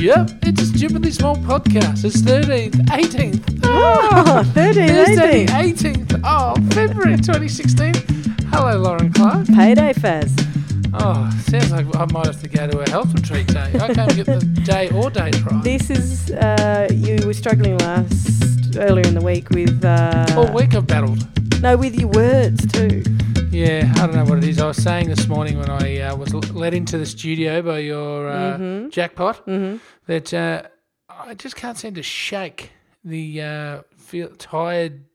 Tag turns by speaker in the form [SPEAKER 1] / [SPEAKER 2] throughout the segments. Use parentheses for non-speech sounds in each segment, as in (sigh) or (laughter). [SPEAKER 1] Yep, it's a stupidly small podcast. It's 13th, 18th, (laughs)
[SPEAKER 2] Ah, 13,
[SPEAKER 1] Thursday,
[SPEAKER 2] 18.
[SPEAKER 1] 18th of February 2016. Hello, Lauren Clark.
[SPEAKER 2] Payday Faz.
[SPEAKER 1] Oh, sounds like I might have to go to a health retreat day. I can't get
[SPEAKER 2] (laughs)
[SPEAKER 1] the day or date right.
[SPEAKER 2] This is, uh, you were struggling last, earlier in the week with, uh,
[SPEAKER 1] All week I've battled.
[SPEAKER 2] no, with your words too.
[SPEAKER 1] Yeah, I don't know what it is. I was saying this morning when I uh, was l- let into the studio by your uh,
[SPEAKER 2] Mhm.
[SPEAKER 1] jackpot
[SPEAKER 2] Mm-hmm.
[SPEAKER 1] that uh, I just can't seem to shake the uh, feel tired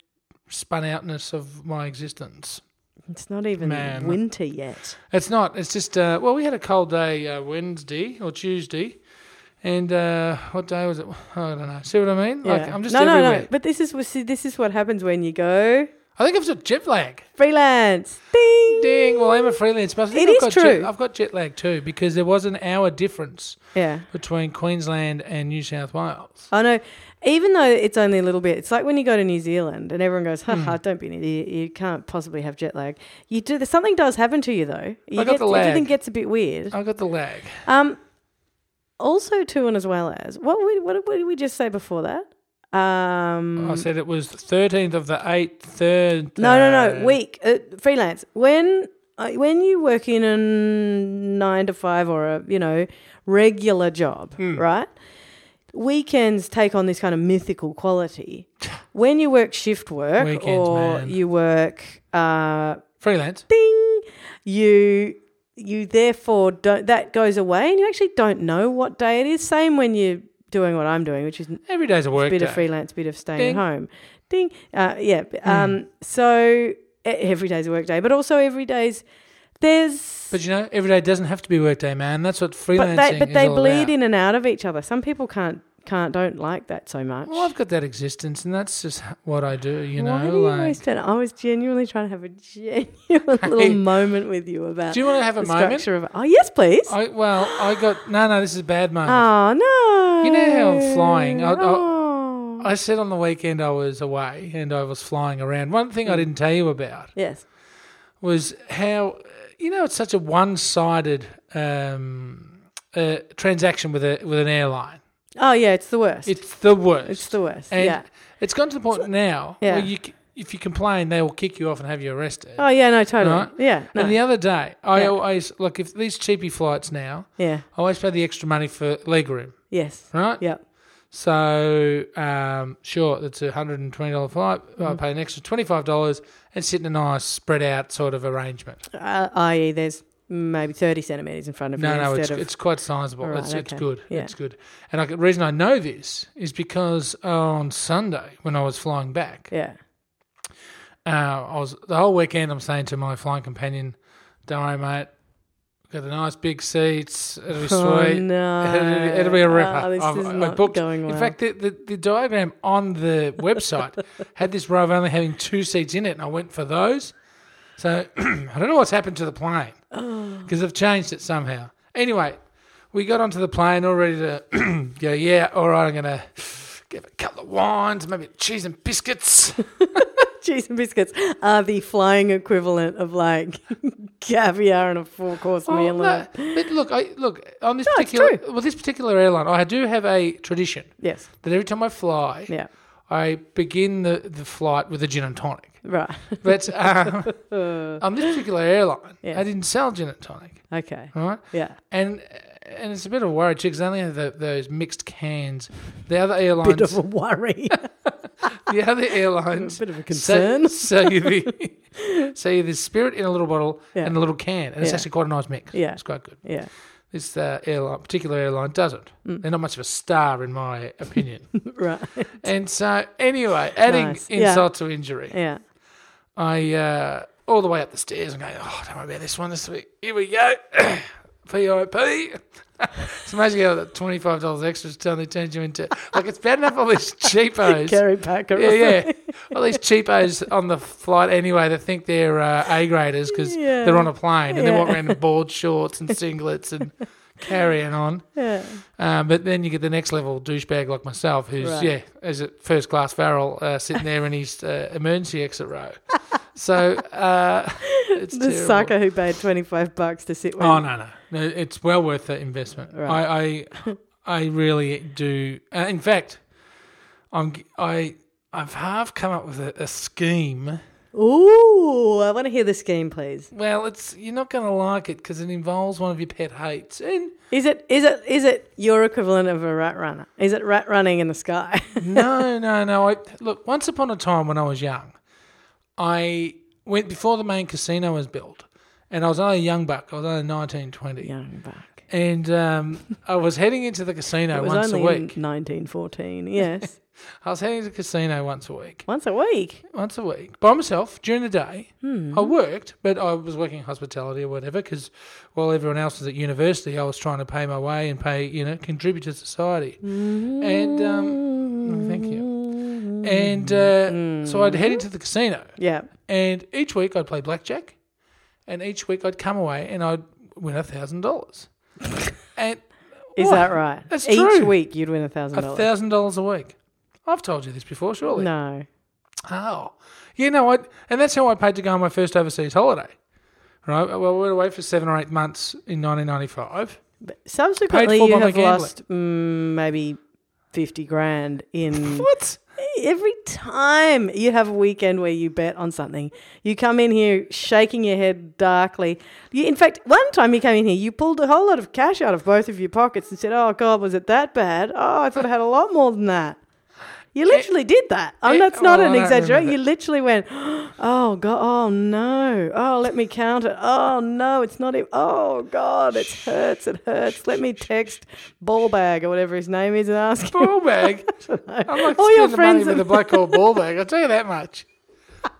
[SPEAKER 1] spun outness of my existence.
[SPEAKER 2] It's not even
[SPEAKER 1] Man.
[SPEAKER 2] winter yet.
[SPEAKER 1] It's not. It's just uh, well, we had a cold day uh, Wednesday or Tuesday, and uh, what day was it? I don't know. See what I mean? Like
[SPEAKER 2] Yeah.
[SPEAKER 1] I'm just
[SPEAKER 2] no,
[SPEAKER 1] everywhere.
[SPEAKER 2] no, no. But this is what- see, this is what happens when you go
[SPEAKER 1] I think I've got jet lag.
[SPEAKER 2] freelance. Ding.
[SPEAKER 1] Ding. Well, I'm a freelance, but I think
[SPEAKER 2] It
[SPEAKER 1] I've
[SPEAKER 2] is
[SPEAKER 1] got
[SPEAKER 2] true.
[SPEAKER 1] Jet, I've got jet lag too because there was an hour difference
[SPEAKER 2] Yeah.
[SPEAKER 1] between Queensland and New South Wales.
[SPEAKER 2] I know. Even though it's only a little bit, it's like when you go to New Zealand and everyone goes,
[SPEAKER 1] Hmm.
[SPEAKER 2] "Ha ha, don't be an idiot. You can't possibly have jet lag." You do. Something does happen to you though. You
[SPEAKER 1] I got
[SPEAKER 2] get-
[SPEAKER 1] the lag.
[SPEAKER 2] Everything gets a bit weird.
[SPEAKER 1] I got the lag.
[SPEAKER 2] Um, also too, and as well as what we, what, what did we just say before that? Um,
[SPEAKER 1] I said it was thirteenth of the eighth, third.
[SPEAKER 2] no, no, no, week uh, freelance. When uh, when you work in a nine to five or a you know regular job,
[SPEAKER 1] Hmm.
[SPEAKER 2] right? Weekends take on this kind of
[SPEAKER 1] (laughs)
[SPEAKER 2] mythical quality. When you work shift work
[SPEAKER 1] Weekends,
[SPEAKER 2] or
[SPEAKER 1] man.
[SPEAKER 2] you work uh,
[SPEAKER 1] freelance.
[SPEAKER 2] ding you you therefore don't that goes away and you actually don't know what day it is same when you're doing what i'm doing which is a
[SPEAKER 1] Every day's a work
[SPEAKER 2] bit
[SPEAKER 1] day. Hmm.
[SPEAKER 2] of freelance bit of staying
[SPEAKER 1] Ding.
[SPEAKER 2] at home ding uh, yeah b- um, so e- every day's a work day but also every day's there's
[SPEAKER 1] But you know, every day doesn't have to be work day, man. That's what freelancing
[SPEAKER 2] but they but
[SPEAKER 1] is
[SPEAKER 2] they
[SPEAKER 1] all
[SPEAKER 2] bleed
[SPEAKER 1] about.
[SPEAKER 2] in and out of each other some people can't can't don't like that so much
[SPEAKER 1] Well, I've got that existence, and that's just h- what I do. You know,
[SPEAKER 2] Why do you
[SPEAKER 1] like.
[SPEAKER 2] always turn- I was genuinely trying to have a (laughs) genuine
[SPEAKER 1] Hey.
[SPEAKER 2] little moment with you about
[SPEAKER 1] do you want to have a
[SPEAKER 2] the
[SPEAKER 1] moment?
[SPEAKER 2] structure of Oh yes, please.
[SPEAKER 1] I, well, I
[SPEAKER 2] (gasps)
[SPEAKER 1] got no, no. This is a bad moment.
[SPEAKER 2] Oh no!
[SPEAKER 1] You know how I'm flying. I- I-
[SPEAKER 2] oh.
[SPEAKER 1] I said on the weekend I was away and I was flying around. One thing
[SPEAKER 2] Mm.
[SPEAKER 1] I didn't tell you about
[SPEAKER 2] yes.
[SPEAKER 1] was how you know it's such a one-sided um, uh, transaction with a with an airline.
[SPEAKER 2] Oh yeah, it's the worst. It's,
[SPEAKER 1] It's the worst.
[SPEAKER 2] the worst.
[SPEAKER 1] and
[SPEAKER 2] yeah.
[SPEAKER 1] it's gone to the point now
[SPEAKER 2] Yeah.
[SPEAKER 1] where you, c- if you complain, they will kick you off and have you arrested.
[SPEAKER 2] Oh yeah, no, totally.
[SPEAKER 1] Right?
[SPEAKER 2] Yeah. No.
[SPEAKER 1] And the other day, I
[SPEAKER 2] Yeah.
[SPEAKER 1] always look if these cheapy flights now.
[SPEAKER 2] yeah.
[SPEAKER 1] I always pay the extra money for legroom,
[SPEAKER 2] Yes.
[SPEAKER 1] right?
[SPEAKER 2] Yep.
[SPEAKER 1] So, um, sure, that's a hundred and twenty dollar flight.
[SPEAKER 2] Mm-hmm.
[SPEAKER 1] I pay an extra twenty five dollars and sit in a nice spread out sort of arrangement.
[SPEAKER 2] Uh, I.e., there's maybe thirty centimeters in front of
[SPEAKER 1] No,
[SPEAKER 2] you
[SPEAKER 1] no, it's,
[SPEAKER 2] instead of.
[SPEAKER 1] it's quite sizable.
[SPEAKER 2] All
[SPEAKER 1] it's,
[SPEAKER 2] right,
[SPEAKER 1] it's
[SPEAKER 2] okay.
[SPEAKER 1] good.
[SPEAKER 2] Yeah.
[SPEAKER 1] It's good. And I, the reason I know this is because on Sunday when I was flying back,
[SPEAKER 2] yeah.
[SPEAKER 1] uh, I was the whole weekend. I'm saying to my flying companion, "Don't worry, mate. We've got the nice big seats. It'll be
[SPEAKER 2] Oh
[SPEAKER 1] sweet. (laughs)
[SPEAKER 2] no.
[SPEAKER 1] It'll, it'll be a ripper.
[SPEAKER 2] Oh, this
[SPEAKER 1] I've-
[SPEAKER 2] is
[SPEAKER 1] I
[SPEAKER 2] not
[SPEAKER 1] booked-
[SPEAKER 2] going well.
[SPEAKER 1] In fact, the, the, the diagram on the website had this row of only having two seats in it, and I went for those. So (clears throat) I don't know what's happened to the plane
[SPEAKER 2] Oh.
[SPEAKER 1] because they've changed it somehow. Anyway, we got onto the plane all ready to (clears throat) go, yeah, all right, I'm going to give a couple of wines, maybe cheese and biscuits.
[SPEAKER 2] (laughs) (laughs) cheese and biscuits are the flying equivalent of like (laughs) caviar and a four course
[SPEAKER 1] Well,
[SPEAKER 2] meal.
[SPEAKER 1] Oh, no,
[SPEAKER 2] and-
[SPEAKER 1] but look, I, look on this
[SPEAKER 2] No, it's
[SPEAKER 1] particular well, this particular airline, I do have a tradition
[SPEAKER 2] Yes.
[SPEAKER 1] that every time I fly,
[SPEAKER 2] Yeah.
[SPEAKER 1] I begin the, the flight with a gin and tonic.
[SPEAKER 2] Right.
[SPEAKER 1] But (laughs) um, on this particular airline,
[SPEAKER 2] Yes.
[SPEAKER 1] I didn't sell gin and tonic,
[SPEAKER 2] okay.
[SPEAKER 1] right? (laughs)
[SPEAKER 2] Yeah.
[SPEAKER 1] And and it's a bit of a worry too because they only have the, those mixed cans. The other airlines,
[SPEAKER 2] Bit of (laughs) a worry.
[SPEAKER 1] the other airlines,
[SPEAKER 2] (laughs) bit of a
[SPEAKER 1] sell- (laughs)
[SPEAKER 2] concern.
[SPEAKER 1] sell you the sell you the spirit in a little bottle
[SPEAKER 2] Yeah.
[SPEAKER 1] and a little can, and it's
[SPEAKER 2] Yeah.
[SPEAKER 1] actually quite a nice mix.
[SPEAKER 2] Yeah.
[SPEAKER 1] it's quite good. (laughs)
[SPEAKER 2] yeah.
[SPEAKER 1] This uh, airline, particular airline, doesn't.
[SPEAKER 2] Mm.
[SPEAKER 1] They're not much of a star in my
[SPEAKER 2] (laughs)
[SPEAKER 1] opinion.
[SPEAKER 2] Right.
[SPEAKER 1] and so, anyway, adding
[SPEAKER 2] Nice. Yeah.
[SPEAKER 1] insult to injury.
[SPEAKER 2] Yeah.
[SPEAKER 1] I uh, all the way up the stairs. I'm going. Oh, don't worry about this one this week. Here we go. (clears throat) PIP. (laughs) it's amazing how that twenty five dollars extra is totally turns you into like it's bad enough all
[SPEAKER 2] (laughs)
[SPEAKER 1] these cheapos.
[SPEAKER 2] Gary Packer.
[SPEAKER 1] yeah, yeah. All these cheapos on the flight anyway. They think they're uh, A graders because
[SPEAKER 2] Yeah.
[SPEAKER 1] they're on a plane and they
[SPEAKER 2] Yeah.
[SPEAKER 1] walk around in board shorts and singlets
[SPEAKER 2] (laughs)
[SPEAKER 1] and carrying on.
[SPEAKER 2] yeah.
[SPEAKER 1] Um, but then you get the next level douchebag like myself, who's
[SPEAKER 2] Right.
[SPEAKER 1] yeah, as a first class farrell uh, sitting there in his uh, emergency exit row. So
[SPEAKER 2] (laughs)
[SPEAKER 1] uh, it's
[SPEAKER 2] The
[SPEAKER 1] terrible.
[SPEAKER 2] sucker who paid 25 bucks to sit with.
[SPEAKER 1] Oh no, no, no! It's well worth the investment.
[SPEAKER 2] Right.
[SPEAKER 1] I, I I really do. Uh, in fact, I'm g- I I've half come up with a, a scheme.
[SPEAKER 2] Ooh, I want to hear the scheme, please.
[SPEAKER 1] Well, it's you're not going to like it because it involves one of your pet hates, and
[SPEAKER 2] Is it is it is it your equivalent of a rat runner? Is it rat running in
[SPEAKER 1] (laughs)
[SPEAKER 2] the sky? (laughs)
[SPEAKER 1] no, no, no. I, look, once upon a time when I was young, I went before the main casino was built, and I was only a young buck. I was only 19, 20.
[SPEAKER 2] Young buck.
[SPEAKER 1] And um, I was heading into the casino
[SPEAKER 2] It was
[SPEAKER 1] Uh, once a
[SPEAKER 2] only in
[SPEAKER 1] week. (laughs)
[SPEAKER 2] 1914. Yes,
[SPEAKER 1] I was heading to the casino once a week.
[SPEAKER 2] once a week.
[SPEAKER 1] Once a week by myself during the day.
[SPEAKER 2] Hmm.
[SPEAKER 1] I worked, but I was working hospitality or whatever because while everyone else was at university, I was trying to pay my way and pay, you know, contribute to society. And um, thank you. And uh, so I'd head into the casino,
[SPEAKER 2] Yeah.
[SPEAKER 1] and each week I'd play blackjack, and each week I'd come away and I'd win a thousand
[SPEAKER 2] (laughs)
[SPEAKER 1] dollars. And
[SPEAKER 2] Is
[SPEAKER 1] what?
[SPEAKER 2] that right?
[SPEAKER 1] That's
[SPEAKER 2] Each
[SPEAKER 1] true.
[SPEAKER 2] week you'd win a thousand
[SPEAKER 1] A
[SPEAKER 2] dollars.
[SPEAKER 1] thousand dollars a week. I've told you this before, surely.
[SPEAKER 2] No.
[SPEAKER 1] Oh, you know what? And that's how I paid to go on my first overseas holiday. Right? Well, we were away for seven or eight months in 1995.
[SPEAKER 2] But subsequently,
[SPEAKER 1] for
[SPEAKER 2] you
[SPEAKER 1] by my
[SPEAKER 2] have
[SPEAKER 1] gambling.
[SPEAKER 2] lost mm, maybe fifty grand
[SPEAKER 1] (laughs)
[SPEAKER 2] in
[SPEAKER 1] What?
[SPEAKER 2] every time you have a weekend where you bet on something. You come in here shaking your head darkly. You, in fact, one time you came in here, you pulled a whole lot of cash out of both of your pockets and said, "Oh God, was it that bad? Oh, I thought I had a lot more than that." You literally did that. I mean,
[SPEAKER 1] eh,
[SPEAKER 2] that's not
[SPEAKER 1] well, I don't
[SPEAKER 2] an
[SPEAKER 1] remember
[SPEAKER 2] exaggeration.
[SPEAKER 1] that.
[SPEAKER 2] You literally went, "Oh God, oh no, oh let me count it. Oh no, it's not even. Oh God, it hurts, it hurts. Let me text Ballbag or whatever his name is and ask him."
[SPEAKER 1] Ball
[SPEAKER 2] (laughs)
[SPEAKER 1] bag. I'm like
[SPEAKER 2] All
[SPEAKER 1] spend
[SPEAKER 2] your
[SPEAKER 1] the money
[SPEAKER 2] friends
[SPEAKER 1] with
[SPEAKER 2] and-
[SPEAKER 1] a black
[SPEAKER 2] (laughs)
[SPEAKER 1] or ball bag. I'll tell you that much.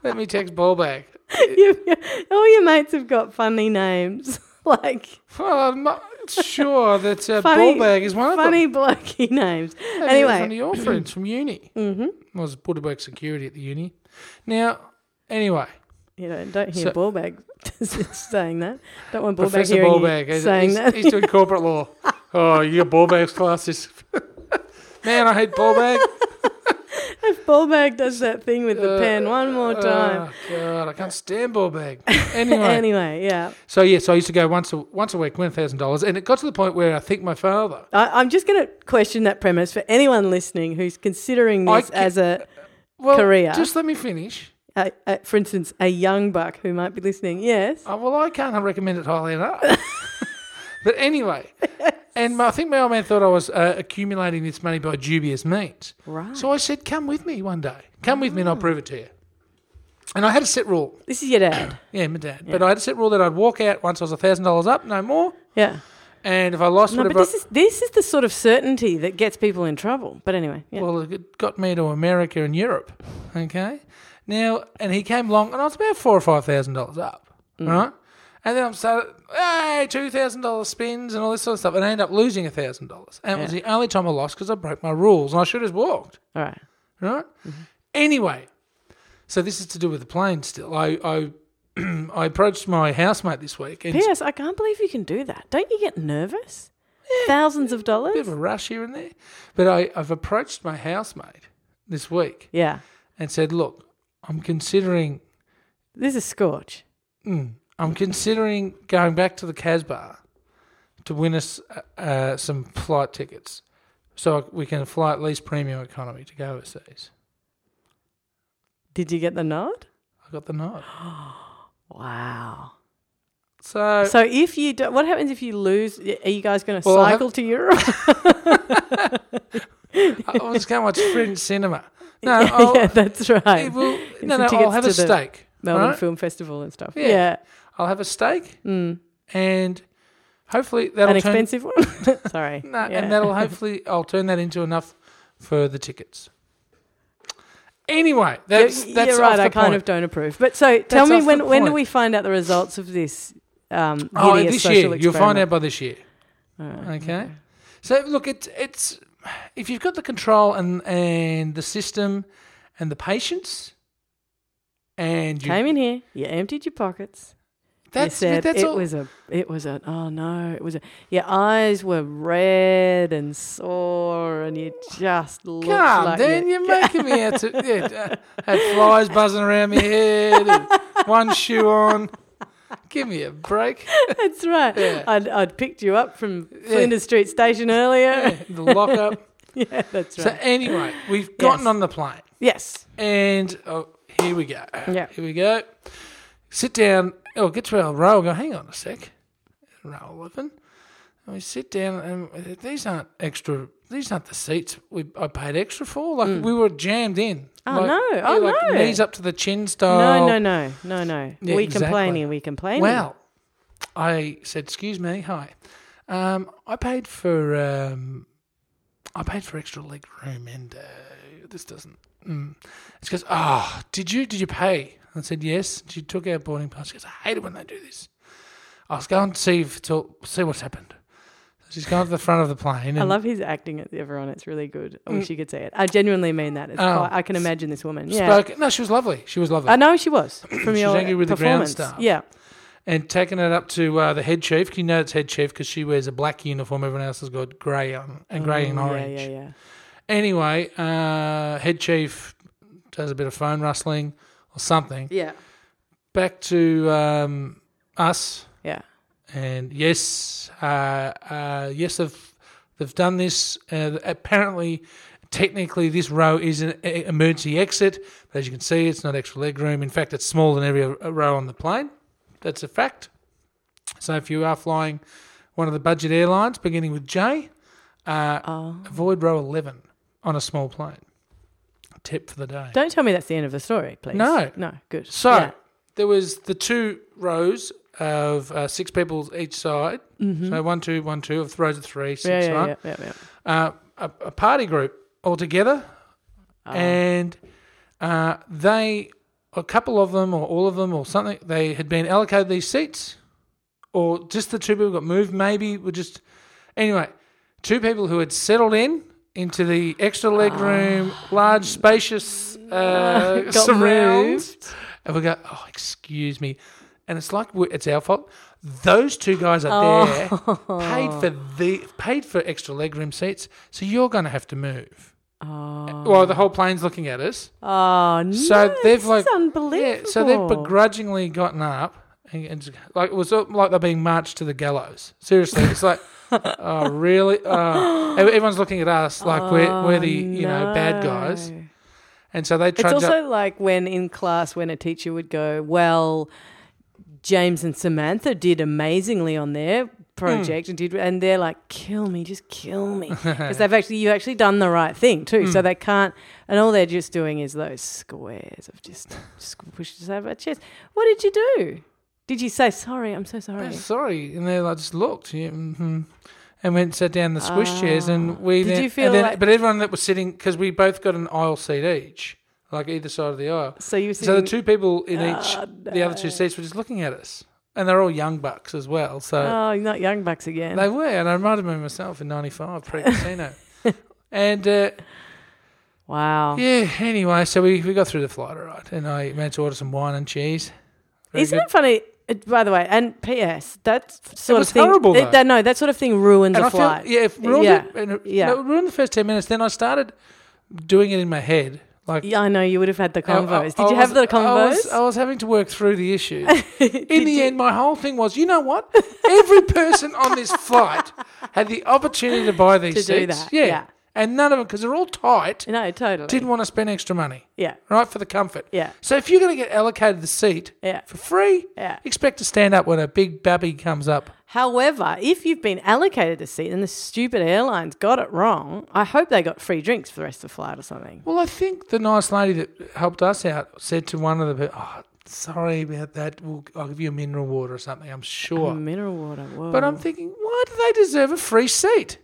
[SPEAKER 1] Let me text ball bag.
[SPEAKER 2] you, all your mates have got funny names. (laughs) Like
[SPEAKER 1] Well, I'm not sure that uh,
[SPEAKER 2] funny,
[SPEAKER 1] ball bag is one of them.
[SPEAKER 2] funny blokey names.
[SPEAKER 1] Maybe it was one of
[SPEAKER 2] anyway,
[SPEAKER 1] your friends from uni. Mm-hmm. I was Budaberg security at the uni. Now, anyway,
[SPEAKER 2] you know, don't hear
[SPEAKER 1] So-
[SPEAKER 2] Ballbag (laughs) saying that. Don't want Ballbag
[SPEAKER 1] Professor
[SPEAKER 2] hearing you
[SPEAKER 1] Ballbag he's-
[SPEAKER 2] saying
[SPEAKER 1] he's,
[SPEAKER 2] that.
[SPEAKER 1] he's doing corporate law. (laughs) Oh, your Ballbag's classes. (laughs) Man, I hate Ballbag.
[SPEAKER 2] if (laughs) Ballbag does that thing with the
[SPEAKER 1] Uh,
[SPEAKER 2] pen one more time.
[SPEAKER 1] Oh, God, I can't stand (laughs) Ballbag. Anyway,
[SPEAKER 2] anyway, yeah.
[SPEAKER 1] so yes, I used to go once a, once a week, win thousand dollars, and it got to the point where I think my father.
[SPEAKER 2] I, I'm just going to question that premise for anyone listening who's considering
[SPEAKER 1] I
[SPEAKER 2] this
[SPEAKER 1] ca-
[SPEAKER 2] as a,
[SPEAKER 1] Well,
[SPEAKER 2] Korea.
[SPEAKER 1] just let me finish.
[SPEAKER 2] a, a, for instance, a young buck who might be listening. Yes.
[SPEAKER 1] Oh, well, I can't recommend it highly enough. (laughs) but anyway, and my, I think my old man thought I was uh, accumulating this money by dubious means.
[SPEAKER 2] Right.
[SPEAKER 1] So I said, "Come with me one day. Come with me, and I'll prove it to you." And I had a set rule.
[SPEAKER 2] This is your dad.
[SPEAKER 1] Yeah, my dad. But I had a set rule that I'd walk out once I was a thousand dollars up, no more.
[SPEAKER 2] Yeah.
[SPEAKER 1] And if I lost
[SPEAKER 2] No, but
[SPEAKER 1] whatever,
[SPEAKER 2] this is this is the sort of certainty that gets people in trouble. But anyway, yeah.
[SPEAKER 1] well, it got me to America and Europe. Okay. Now, and he came along, and I was about four or five thousand dollars up,
[SPEAKER 2] Mm.
[SPEAKER 1] right? And then I'm started, hey, two thousand dollars spins and all this sort of stuff, and I end up losing thousand dollars. And it was the only time I lost because I broke my rules, and I should have walked.
[SPEAKER 2] all right.
[SPEAKER 1] right? Anyway, so this is to do with the plane. Still, I I, (clears throat) I approached my housemate this week, and
[SPEAKER 2] P.S. I can't believe you can do that. Don't you get nervous? Thousands of
[SPEAKER 1] a bit
[SPEAKER 2] dollars.
[SPEAKER 1] of a rush here and there. But I, I've approached my housemate this week
[SPEAKER 2] Yeah,
[SPEAKER 1] and said, look, I'm considering mm,
[SPEAKER 2] this is scorch.
[SPEAKER 1] I'm considering going back to the Casbah to win us uh, uh, some flight tickets so we can fly at least premium economy to go overseas.
[SPEAKER 2] Did you get the nod?
[SPEAKER 1] I got the nod.
[SPEAKER 2] Wow.
[SPEAKER 1] So,
[SPEAKER 2] (laughs) So if you do, what happens if you lose? Are you guys going to
[SPEAKER 1] Well, I
[SPEAKER 2] cycle to Europe?
[SPEAKER 1] I I was going to watch French cinema. (laughs) No, I'll,
[SPEAKER 2] (laughs) yeah, that's right.
[SPEAKER 1] it will-
[SPEAKER 2] Get
[SPEAKER 1] no,
[SPEAKER 2] some
[SPEAKER 1] no, I'll
[SPEAKER 2] tickets
[SPEAKER 1] have
[SPEAKER 2] to
[SPEAKER 1] a
[SPEAKER 2] the
[SPEAKER 1] steak.
[SPEAKER 2] Melbourne
[SPEAKER 1] right?
[SPEAKER 2] Film Festival and stuff.
[SPEAKER 1] Yeah.
[SPEAKER 2] Yeah, Mm.
[SPEAKER 1] I'll have a steak and hopefully that'll
[SPEAKER 2] an
[SPEAKER 1] turn, (laughs)
[SPEAKER 2] expensive one. Sorry.
[SPEAKER 1] No,
[SPEAKER 2] Yeah.
[SPEAKER 1] and
[SPEAKER 2] (laughs)
[SPEAKER 1] that'll hopefully I'll turn that into enough for the tickets. Anyway,
[SPEAKER 2] You're-
[SPEAKER 1] that's that's
[SPEAKER 2] you're right.
[SPEAKER 1] off the
[SPEAKER 2] I kind
[SPEAKER 1] point.
[SPEAKER 2] of don't approve. But so tell me
[SPEAKER 1] off the
[SPEAKER 2] when when do
[SPEAKER 1] point.
[SPEAKER 2] we find out the results of this? Um,
[SPEAKER 1] Oh,
[SPEAKER 2] hideous
[SPEAKER 1] this year
[SPEAKER 2] social
[SPEAKER 1] you'll find
[SPEAKER 2] experiment?
[SPEAKER 1] out by this year. okay. So look, it's it's if you've got the control and and the system and the patience and you
[SPEAKER 2] Came in here. You emptied your pockets.
[SPEAKER 1] that's
[SPEAKER 2] you said
[SPEAKER 1] that's
[SPEAKER 2] it
[SPEAKER 1] all.
[SPEAKER 2] was a it was a oh no it was a your eyes were red and sore and you just looked
[SPEAKER 1] Come
[SPEAKER 2] like
[SPEAKER 1] then,
[SPEAKER 2] you-
[SPEAKER 1] you're making me out to yeah, uh, had flies buzzing around my head, and one shoe on. Give me a break.
[SPEAKER 2] (laughs) That's right.
[SPEAKER 1] Yeah.
[SPEAKER 2] I'd, I'd picked you up from Flinders Street Station earlier.
[SPEAKER 1] the lockup.
[SPEAKER 2] Yeah, (laughs) that's right.
[SPEAKER 1] So anyway, we've gotten
[SPEAKER 2] Yes.
[SPEAKER 1] on the plane,
[SPEAKER 2] yes.
[SPEAKER 1] and oh, here we go.
[SPEAKER 2] Yeah.
[SPEAKER 1] Here we go. Sit down. Oh, get to our row. Go. Hang on a sec. Row eleven. And we sit down, and these aren't extra. These aren't the seats we I paid extra for. Like we were jammed in.
[SPEAKER 2] Mm. Oh,
[SPEAKER 1] like,
[SPEAKER 2] no.
[SPEAKER 1] yeah,
[SPEAKER 2] Oh,
[SPEAKER 1] like
[SPEAKER 2] no.
[SPEAKER 1] Knees up to the chin style.
[SPEAKER 2] No, no, no, no, no.
[SPEAKER 1] Oh. Yeah,
[SPEAKER 2] we
[SPEAKER 1] exactly.
[SPEAKER 2] complaining. We complaining.
[SPEAKER 1] Well, I said, "Excuse me, hi. Um, I paid for um, I paid for extra leg room, and uh, this doesn't." Mm. She goes, "Ah, did you did you pay?" I said, "Yes." She took our boarding pass. She goes, "I hate it when they do this." I was going to see if to see what's happened. So she's gone to the front of the plane. And,
[SPEAKER 2] I love his acting at everyone. It's really good. I wish you could see it. I genuinely mean that. It's
[SPEAKER 1] Mm. Oh.
[SPEAKER 2] quite, I can imagine this woman. Yeah.
[SPEAKER 1] Spoke, no, she was lovely. She was lovely.
[SPEAKER 2] I know she was from
[SPEAKER 1] She
[SPEAKER 2] your
[SPEAKER 1] was angry with the ground
[SPEAKER 2] performance.
[SPEAKER 1] staff.
[SPEAKER 2] Yeah.
[SPEAKER 1] and taking it up to uh, the head chief. You know it's head chief because she wears a black uniform. Everyone else has got grey on and grey and
[SPEAKER 2] Mm,
[SPEAKER 1] orange.
[SPEAKER 2] Yeah, yeah, yeah.
[SPEAKER 1] Anyway, uh, head chief does a bit of phone rustling or something.
[SPEAKER 2] Yeah.
[SPEAKER 1] Back to um, us,
[SPEAKER 2] Yeah.
[SPEAKER 1] and yes, uh, uh, yes, they've they've done this. Uh, apparently, technically, this row is an e- emergency exit, but as you can see, it's not extra leg room. In fact, it's smaller than every o- row on the plane. That's a fact. So if you are flying one of the budget airlines, beginning with J, uh,
[SPEAKER 2] Oh.
[SPEAKER 1] Avoid row 11 on a small plane. Tip for the day.
[SPEAKER 2] Don't tell me that's the end of the story, please.
[SPEAKER 1] No.
[SPEAKER 2] No. Good.
[SPEAKER 1] so
[SPEAKER 2] Yeah.
[SPEAKER 1] there was the two rows of uh, six people each side. So one, two, one, two of rows of three, six,
[SPEAKER 2] Mm-hmm. Yeah, yeah,
[SPEAKER 1] right?
[SPEAKER 2] yeah, yeah, yeah.
[SPEAKER 1] Uh, a, a party group all together. And uh, they, a couple of them or all of them or something, they had been allocated these seats. Or just the two people got moved, maybe were just. Anyway, two people who had settled in into the extra leg room, large, spacious uh,
[SPEAKER 2] (laughs) Got
[SPEAKER 1] surround.
[SPEAKER 2] moved.
[SPEAKER 1] And we go, oh, excuse me. And it's like we- it's our fault. Those two guys are there,
[SPEAKER 2] Oh.
[SPEAKER 1] paid for the paid for extra legroom seats, so you're going to have to move.
[SPEAKER 2] Oh,
[SPEAKER 1] Well, the whole plane's looking at us,
[SPEAKER 2] oh no.
[SPEAKER 1] so
[SPEAKER 2] this
[SPEAKER 1] they've
[SPEAKER 2] is
[SPEAKER 1] like
[SPEAKER 2] unbelievable.
[SPEAKER 1] yeah, so they've begrudgingly gotten up and, and just, like it was sort of like they're being marched to the gallows. Seriously, it's
[SPEAKER 2] (laughs)
[SPEAKER 1] like. oh really? Oh. Ev- Everyone's looking at us like we're, we're the you know bad guys,
[SPEAKER 2] Oh, No.
[SPEAKER 1] and so they
[SPEAKER 2] It's
[SPEAKER 1] trudge up.
[SPEAKER 2] also like when in class, when a teacher would go, "Well, James and Samantha did amazingly on their project, and did," and they're like, "Kill me, just kill
[SPEAKER 1] (laughs)
[SPEAKER 2] me," because they've actually you actually done the right thing too.
[SPEAKER 1] Hmm.
[SPEAKER 2] So they can't, and all they're just doing is those squares of just just push us over our chest. What did you do? Did you say sorry? I'm so
[SPEAKER 1] "Oh,
[SPEAKER 2] sorry.
[SPEAKER 1] sorry, and then I just looked, yeah, hmm and went and sat down in the squish chairs, and we
[SPEAKER 2] Ah. Did
[SPEAKER 1] then,
[SPEAKER 2] you feel
[SPEAKER 1] and then-
[SPEAKER 2] like-
[SPEAKER 1] but everyone that was sitting because we both got an aisle seat each, like either side of the aisle.
[SPEAKER 2] So you were
[SPEAKER 1] So the
[SPEAKER 2] sitting,
[SPEAKER 1] two people in each,
[SPEAKER 2] Oh,
[SPEAKER 1] the other two seats were just looking at us, and they're all young bucks as well. So
[SPEAKER 2] oh, not young bucks again.
[SPEAKER 1] uh, they were, and I reminded me of myself in
[SPEAKER 2] (laughs)
[SPEAKER 1] '95 pre-casino. And uh,
[SPEAKER 2] wow.
[SPEAKER 1] yeah, anyway, so we, we got through the flight, all right, and I managed to order some wine and cheese. Very
[SPEAKER 2] Isn't
[SPEAKER 1] good.
[SPEAKER 2] it funny? It, by the way, and P.S. That sort
[SPEAKER 1] was
[SPEAKER 2] of thing.
[SPEAKER 1] horrible,
[SPEAKER 2] that-
[SPEAKER 1] though.
[SPEAKER 2] that- no, that sort of thing ruins
[SPEAKER 1] and
[SPEAKER 2] a
[SPEAKER 1] I
[SPEAKER 2] flight.
[SPEAKER 1] felt yeah, it ruined
[SPEAKER 2] Yeah.
[SPEAKER 1] it. And it,
[SPEAKER 2] Yeah.
[SPEAKER 1] no, it ruined the first ten minutes. Then I started doing it in my head, like
[SPEAKER 2] Yeah, I know you would have had the
[SPEAKER 1] I- I-
[SPEAKER 2] convos.
[SPEAKER 1] I
[SPEAKER 2] Did you have
[SPEAKER 1] was-
[SPEAKER 2] the
[SPEAKER 1] I
[SPEAKER 2] convos?
[SPEAKER 1] was, I was having to work through the
[SPEAKER 2] (laughs)
[SPEAKER 1] issue. In
[SPEAKER 2] Did
[SPEAKER 1] the
[SPEAKER 2] you?
[SPEAKER 1] end, my whole thing was, you know what? Every person on
[SPEAKER 2] (laughs)
[SPEAKER 1] this flight had the opportunity to buy these
[SPEAKER 2] To
[SPEAKER 1] seats.
[SPEAKER 2] do that,
[SPEAKER 1] Yeah.
[SPEAKER 2] yeah.
[SPEAKER 1] and none of them because they're all tight.
[SPEAKER 2] no, totally.
[SPEAKER 1] Didn't want to spend extra money,
[SPEAKER 2] yeah,
[SPEAKER 1] right, for the comfort.
[SPEAKER 2] yeah,
[SPEAKER 1] So if you're going to get allocated the seat
[SPEAKER 2] yeah,
[SPEAKER 1] for free,
[SPEAKER 2] yeah.
[SPEAKER 1] expect to stand up when a big babby comes up.
[SPEAKER 2] However, if you've been allocated a seat and the stupid airlines got it wrong, I hope they got free drinks for the rest of the flight or something.
[SPEAKER 1] Well, I think the nice lady that helped us out said to one of the people, oh, sorry about that. We'll, I'll give you a mineral water or something. I'm sure.
[SPEAKER 2] Mineral water. Whoa.
[SPEAKER 1] But I'm thinking, why do they deserve a free seat?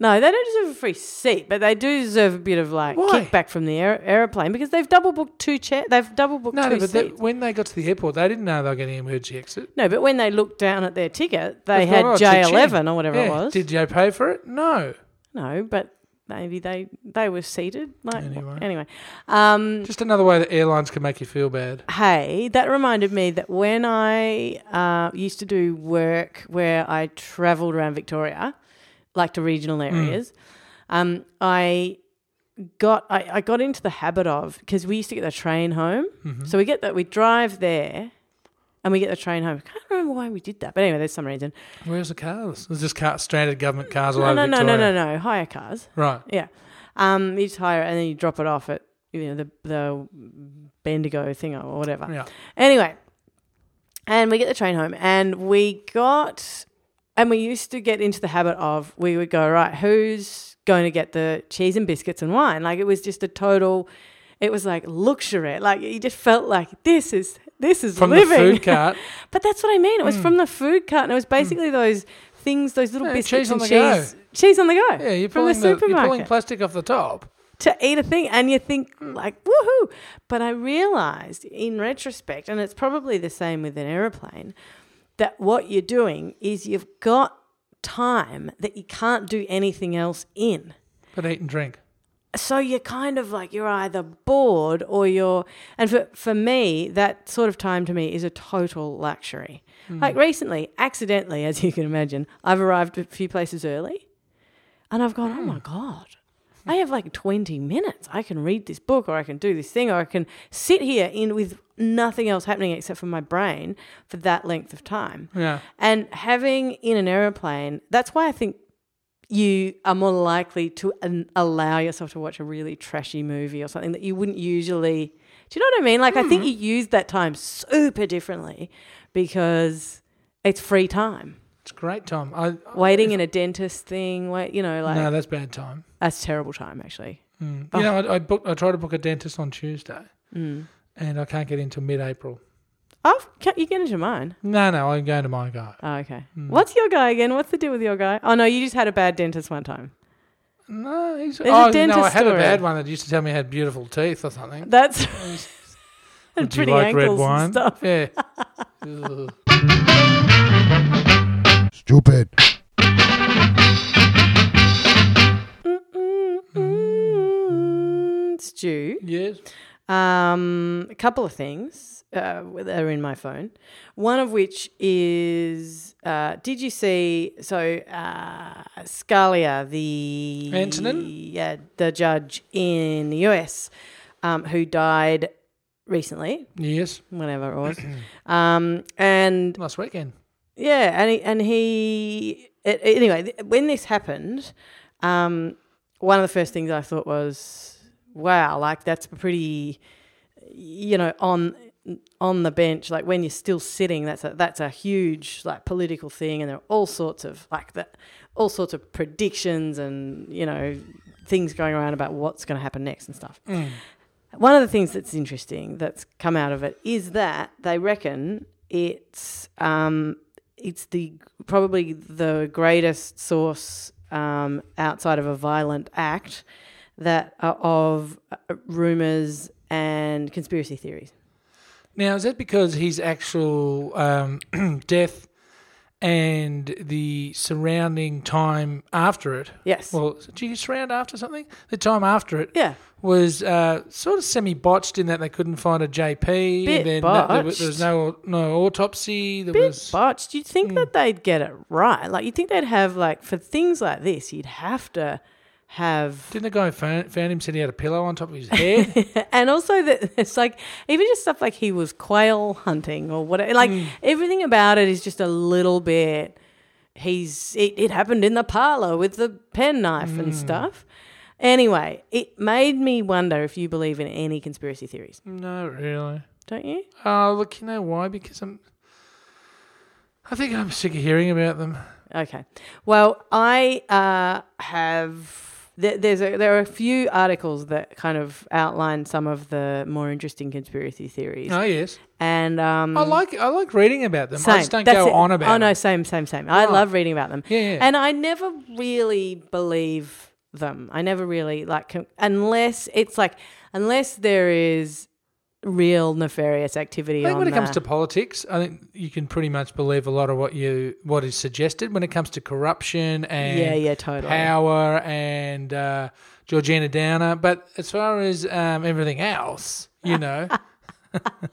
[SPEAKER 2] no, they don't deserve a free seat, but they do deserve a bit of like
[SPEAKER 1] Why?
[SPEAKER 2] kickback from the aer- airplane because they've double booked two chair. They've double booked
[SPEAKER 1] No,
[SPEAKER 2] two
[SPEAKER 1] but
[SPEAKER 2] seats.
[SPEAKER 1] they, when they got to the airport, they didn't know they were getting an emergency exit.
[SPEAKER 2] No, but when they looked down at their ticket, they
[SPEAKER 1] They
[SPEAKER 2] had
[SPEAKER 1] thought, "Oh,
[SPEAKER 2] J11
[SPEAKER 1] cha-ching."
[SPEAKER 2] or whatever
[SPEAKER 1] Yeah.
[SPEAKER 2] it was.
[SPEAKER 1] Did Joe pay for it? No.
[SPEAKER 2] no, but maybe they they were seated. Like anyway,
[SPEAKER 1] Anyway.
[SPEAKER 2] Um,
[SPEAKER 1] Just another way that airlines can make you feel bad.
[SPEAKER 2] hey, that reminded me that when I uh, used to do work where I travelled around Victoria, like to regional
[SPEAKER 1] Hmm.
[SPEAKER 2] areas, um, I got I, I got
[SPEAKER 1] Hmm. Mm-hmm.
[SPEAKER 2] into the habit of because we used to get the train home, so we get that we drive there. and we get the train home. I can't remember why we did that, but anyway, there's some reason.
[SPEAKER 1] Where's the cars? There's just car, stranded government cars all
[SPEAKER 2] Mm. No,
[SPEAKER 1] over
[SPEAKER 2] no, no,
[SPEAKER 1] Victoria.
[SPEAKER 2] no, no, no. Hire cars.
[SPEAKER 1] Right.
[SPEAKER 2] Yeah. Um, you just hire it and then you drop it off at you know the the Bendigo thing or whatever.
[SPEAKER 1] Yeah.
[SPEAKER 2] Anyway, and we get the train home, and we got, and we used to get into the habit of we would go right, who's going to get the cheese and biscuits and wine? Like it was just a total, it was like luxury. Like you just felt like this is this is
[SPEAKER 1] From the
[SPEAKER 2] living.
[SPEAKER 1] food
[SPEAKER 2] (laughs)
[SPEAKER 1] cart.
[SPEAKER 2] But that's what I mean. It was from the food cart, and it was basically those things, those little
[SPEAKER 1] Hmm. Yeah,
[SPEAKER 2] biscuits
[SPEAKER 1] cheese
[SPEAKER 2] and
[SPEAKER 1] on the
[SPEAKER 2] cheese, cheese on the go.
[SPEAKER 1] Yeah, you're
[SPEAKER 2] from the
[SPEAKER 1] pulling, the you're pulling
[SPEAKER 2] supermarket
[SPEAKER 1] plastic off the top.
[SPEAKER 2] to eat a thing, and you think
[SPEAKER 1] Hmm.
[SPEAKER 2] like woohoo. But I realized in retrospect, and it's probably the same with an aeroplane, that what you're doing is you've got time that you can't do anything else in
[SPEAKER 1] But eat and drink.
[SPEAKER 2] so you're kind of like you're either bored or you're and for, for me that sort of time to me is a total luxury like recently accidentally as you can imagine i've arrived a few places early and i've gone oh my god i have like 20 minutes i can read this book or i can do this thing or i can sit here in with nothing else happening except for my brain for that length of time
[SPEAKER 1] Yeah.
[SPEAKER 2] and having in an aeroplane, that's why I think you are more likely to an- allow yourself to watch a really trashy movie or something that you wouldn't usually. Do you know what I mean? Like, I
[SPEAKER 1] Hmm.
[SPEAKER 2] think you use that time super differently because it's free time.
[SPEAKER 1] It's great time. I,
[SPEAKER 2] Waiting in a dentist thing, wait, you know, like
[SPEAKER 1] Oh, no, that's bad time.
[SPEAKER 2] that's terrible time actually.
[SPEAKER 1] Mm.
[SPEAKER 2] Oh.
[SPEAKER 1] You know, I, I booked. I tried to book a dentist on Tuesday,
[SPEAKER 2] Mm.
[SPEAKER 1] and I can't get in till mid-April.
[SPEAKER 2] Oh, can you get into mine?
[SPEAKER 1] No, no, I'm going to my guy.
[SPEAKER 2] Oh, okay.
[SPEAKER 1] Hmm.
[SPEAKER 2] What's your guy again? What's the deal with your guy? Oh no, you just had a bad dentist one time.
[SPEAKER 1] No, he's.
[SPEAKER 2] There's a
[SPEAKER 1] oh no, I
[SPEAKER 2] dentist
[SPEAKER 1] had a
[SPEAKER 2] story.
[SPEAKER 1] bad one that used to tell me I had beautiful teeth or something.
[SPEAKER 2] (laughs) That's (laughs)
[SPEAKER 1] Would
[SPEAKER 2] pretty
[SPEAKER 1] you like
[SPEAKER 2] ankles
[SPEAKER 1] red wine?
[SPEAKER 2] and stuff.
[SPEAKER 1] Yeah. Ugh.
[SPEAKER 3] Stupid.
[SPEAKER 2] Mm, Stu,
[SPEAKER 1] yes.
[SPEAKER 2] um, a couple of things uh, that are in my phone. One of which is, uh, did you see? So uh, Scalia, the
[SPEAKER 1] Antonin?
[SPEAKER 2] yeah, the judge in the US, um, who died recently,
[SPEAKER 1] Yes.
[SPEAKER 2] whenever it was, um, and
[SPEAKER 1] Last weekend.
[SPEAKER 2] yeah, and he, and he it, it- anyway. th- When this happened, um, one of the first things I thought was, "Wow, like that's pretty," you know, on on the bench. Like when you're still sitting, that's a that's a huge like political thing, and there are all sorts of like that, all sorts of predictions and you know things going around about what's going to happen next and stuff.
[SPEAKER 1] Mm.
[SPEAKER 2] One of the things that's interesting that's come out of it is that they reckon it's um, it's the probably the greatest source um, outside of a violent act that are of rumors and conspiracy theories.
[SPEAKER 1] Now, is that because his actual um, (clears throat) death and the surrounding time after it?
[SPEAKER 2] Yes.
[SPEAKER 1] Well, do you surround after something? The time after it
[SPEAKER 2] yeah.
[SPEAKER 1] was uh, sort of semi botched in that they couldn't find a JP.
[SPEAKER 2] Bit
[SPEAKER 1] and then that- there, was,
[SPEAKER 2] botched.
[SPEAKER 1] there was no no autopsy. There
[SPEAKER 2] Bit
[SPEAKER 1] was
[SPEAKER 2] botched. You'd think that they'd get it right. Like you'd think they'd have like for things like this, you'd have to have
[SPEAKER 1] didn't the guy found, found him said he had a pillow on top of his
[SPEAKER 2] (laughs)
[SPEAKER 1] head?
[SPEAKER 2] and also that (laughs) it's like even just stuff like he was quail hunting or whatever. Like everything about it is just a little bit. He's it, it happened in the parlor with the penknife and stuff. Anyway, it made me wonder if you believe in any conspiracy theories,
[SPEAKER 1] no, really.
[SPEAKER 2] don't you?
[SPEAKER 1] Oh, look, you know why? Because I'm. I think I'm sick of hearing about them.
[SPEAKER 2] Okay. Well, I uh, have. There, there's a, there are a few articles that kind of outline some of the more interesting conspiracy theories,
[SPEAKER 1] Oh yes,
[SPEAKER 2] and um,
[SPEAKER 1] I like I like reading about them. I
[SPEAKER 2] Same.
[SPEAKER 1] just don't
[SPEAKER 2] That's
[SPEAKER 1] go
[SPEAKER 2] it.
[SPEAKER 1] on about.
[SPEAKER 2] Oh no,
[SPEAKER 1] them.
[SPEAKER 2] same, same, same. I
[SPEAKER 1] Right.
[SPEAKER 2] love reading about them,
[SPEAKER 1] Yeah, yeah.
[SPEAKER 2] and I never really believe them. I never really like con- unless it's like unless there is real nefarious activity.
[SPEAKER 1] I think
[SPEAKER 2] on uh,
[SPEAKER 1] when it comes
[SPEAKER 2] the-
[SPEAKER 1] to politics, I think you can pretty much believe a lot of what you what is suggested. When it comes to corruption and
[SPEAKER 2] yeah, yeah, totally.
[SPEAKER 1] power and uh, Georgina Downer, but as far as um, everything else, you
[SPEAKER 2] (laughs)
[SPEAKER 1] know,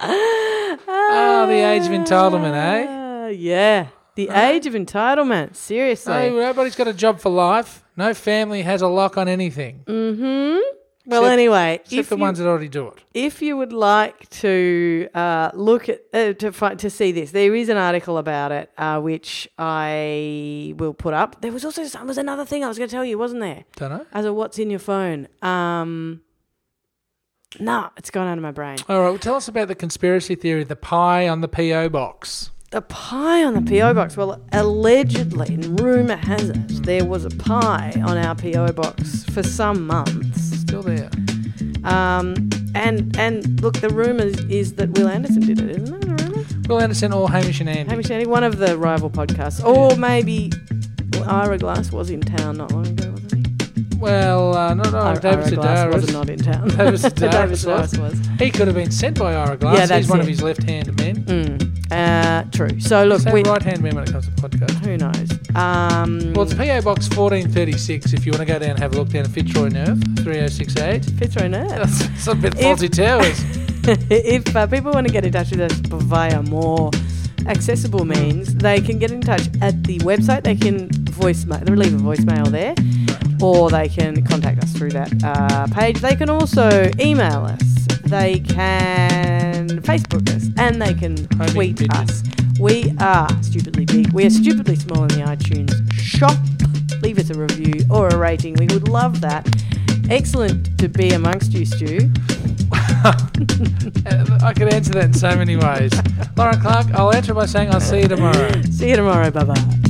[SPEAKER 1] oh, the age of entitlement, eh?
[SPEAKER 2] Ah, yeah, the age of entitlement. Seriously.
[SPEAKER 1] So everybody's got a job for life. No family has a lock on anything.
[SPEAKER 2] mm-hmm. Well,
[SPEAKER 1] Except-
[SPEAKER 2] anyway,
[SPEAKER 1] Except
[SPEAKER 2] Mm. if
[SPEAKER 1] the
[SPEAKER 2] you,
[SPEAKER 1] ones that already do it.
[SPEAKER 2] if you would like to uh, look at uh, to find, to see this, there is an article about it, uh, which I will put up. There was also some, was another thing I was going to tell you, wasn't there?
[SPEAKER 1] Don't know.
[SPEAKER 2] As a what's in your phone? Um, nah, it's gone out of my brain.
[SPEAKER 1] All right. Well, tell us about the conspiracy theory, the pie on the PO box.
[SPEAKER 2] The pie on the PO box. Well, allegedly, and rumor has it, there was a pie on our PO box for some months.
[SPEAKER 1] Still there.
[SPEAKER 2] Um, and and look, the rumor is that Will Anderson did it, isn't it? The rumor.
[SPEAKER 1] Will Anderson or Hamish and Andy?
[SPEAKER 2] Hamish and Andy, one of the rival podcasts, or maybe Ira Glass was in town not long ago, wasn't he?
[SPEAKER 1] Well, uh, no, no.
[SPEAKER 2] Ira,
[SPEAKER 1] David
[SPEAKER 2] Ira Glass was
[SPEAKER 1] Sedaris.
[SPEAKER 2] not in town.
[SPEAKER 1] David Sedaris
[SPEAKER 2] (laughs) David
[SPEAKER 1] was.
[SPEAKER 2] Sedaris was.
[SPEAKER 1] He could have been sent by Ira Glass.
[SPEAKER 2] Yeah, that's
[SPEAKER 1] He's one
[SPEAKER 2] it.
[SPEAKER 1] of his left-handed men.
[SPEAKER 2] Mm, uh, true. So look,
[SPEAKER 1] Same
[SPEAKER 2] we,
[SPEAKER 1] right-hand men when it comes to podcast.
[SPEAKER 2] who knows? Um,
[SPEAKER 1] Well, it's PO Box 1436 if you want to go down and oh have a look down at Fitzroy Nerve, 3068.
[SPEAKER 2] Fitzroy
[SPEAKER 1] (laughs)
[SPEAKER 2] Nerds.
[SPEAKER 1] That's, that's a bit
[SPEAKER 2] If-
[SPEAKER 1] faulty towers.
[SPEAKER 2] (laughs) if uh, people want to get in touch with us via more accessible means, they can get in touch at the website. They can voicemail, they leave a voicemail there, or they can contact us through that uh, page. They can also email us. They can Facebook us, and they can
[SPEAKER 1] Homie
[SPEAKER 2] tweet
[SPEAKER 1] pigeon.
[SPEAKER 2] us. We are stupidly big. We are stupidly small in the iTunes shop. Leave us a review or a rating. We would love that. Excellent to be amongst you, Stu.
[SPEAKER 1] (laughs) I could answer that in so many ways. Lauren Clark, I'll answer by saying I'll see you tomorrow.
[SPEAKER 2] See you tomorrow. Bye bye.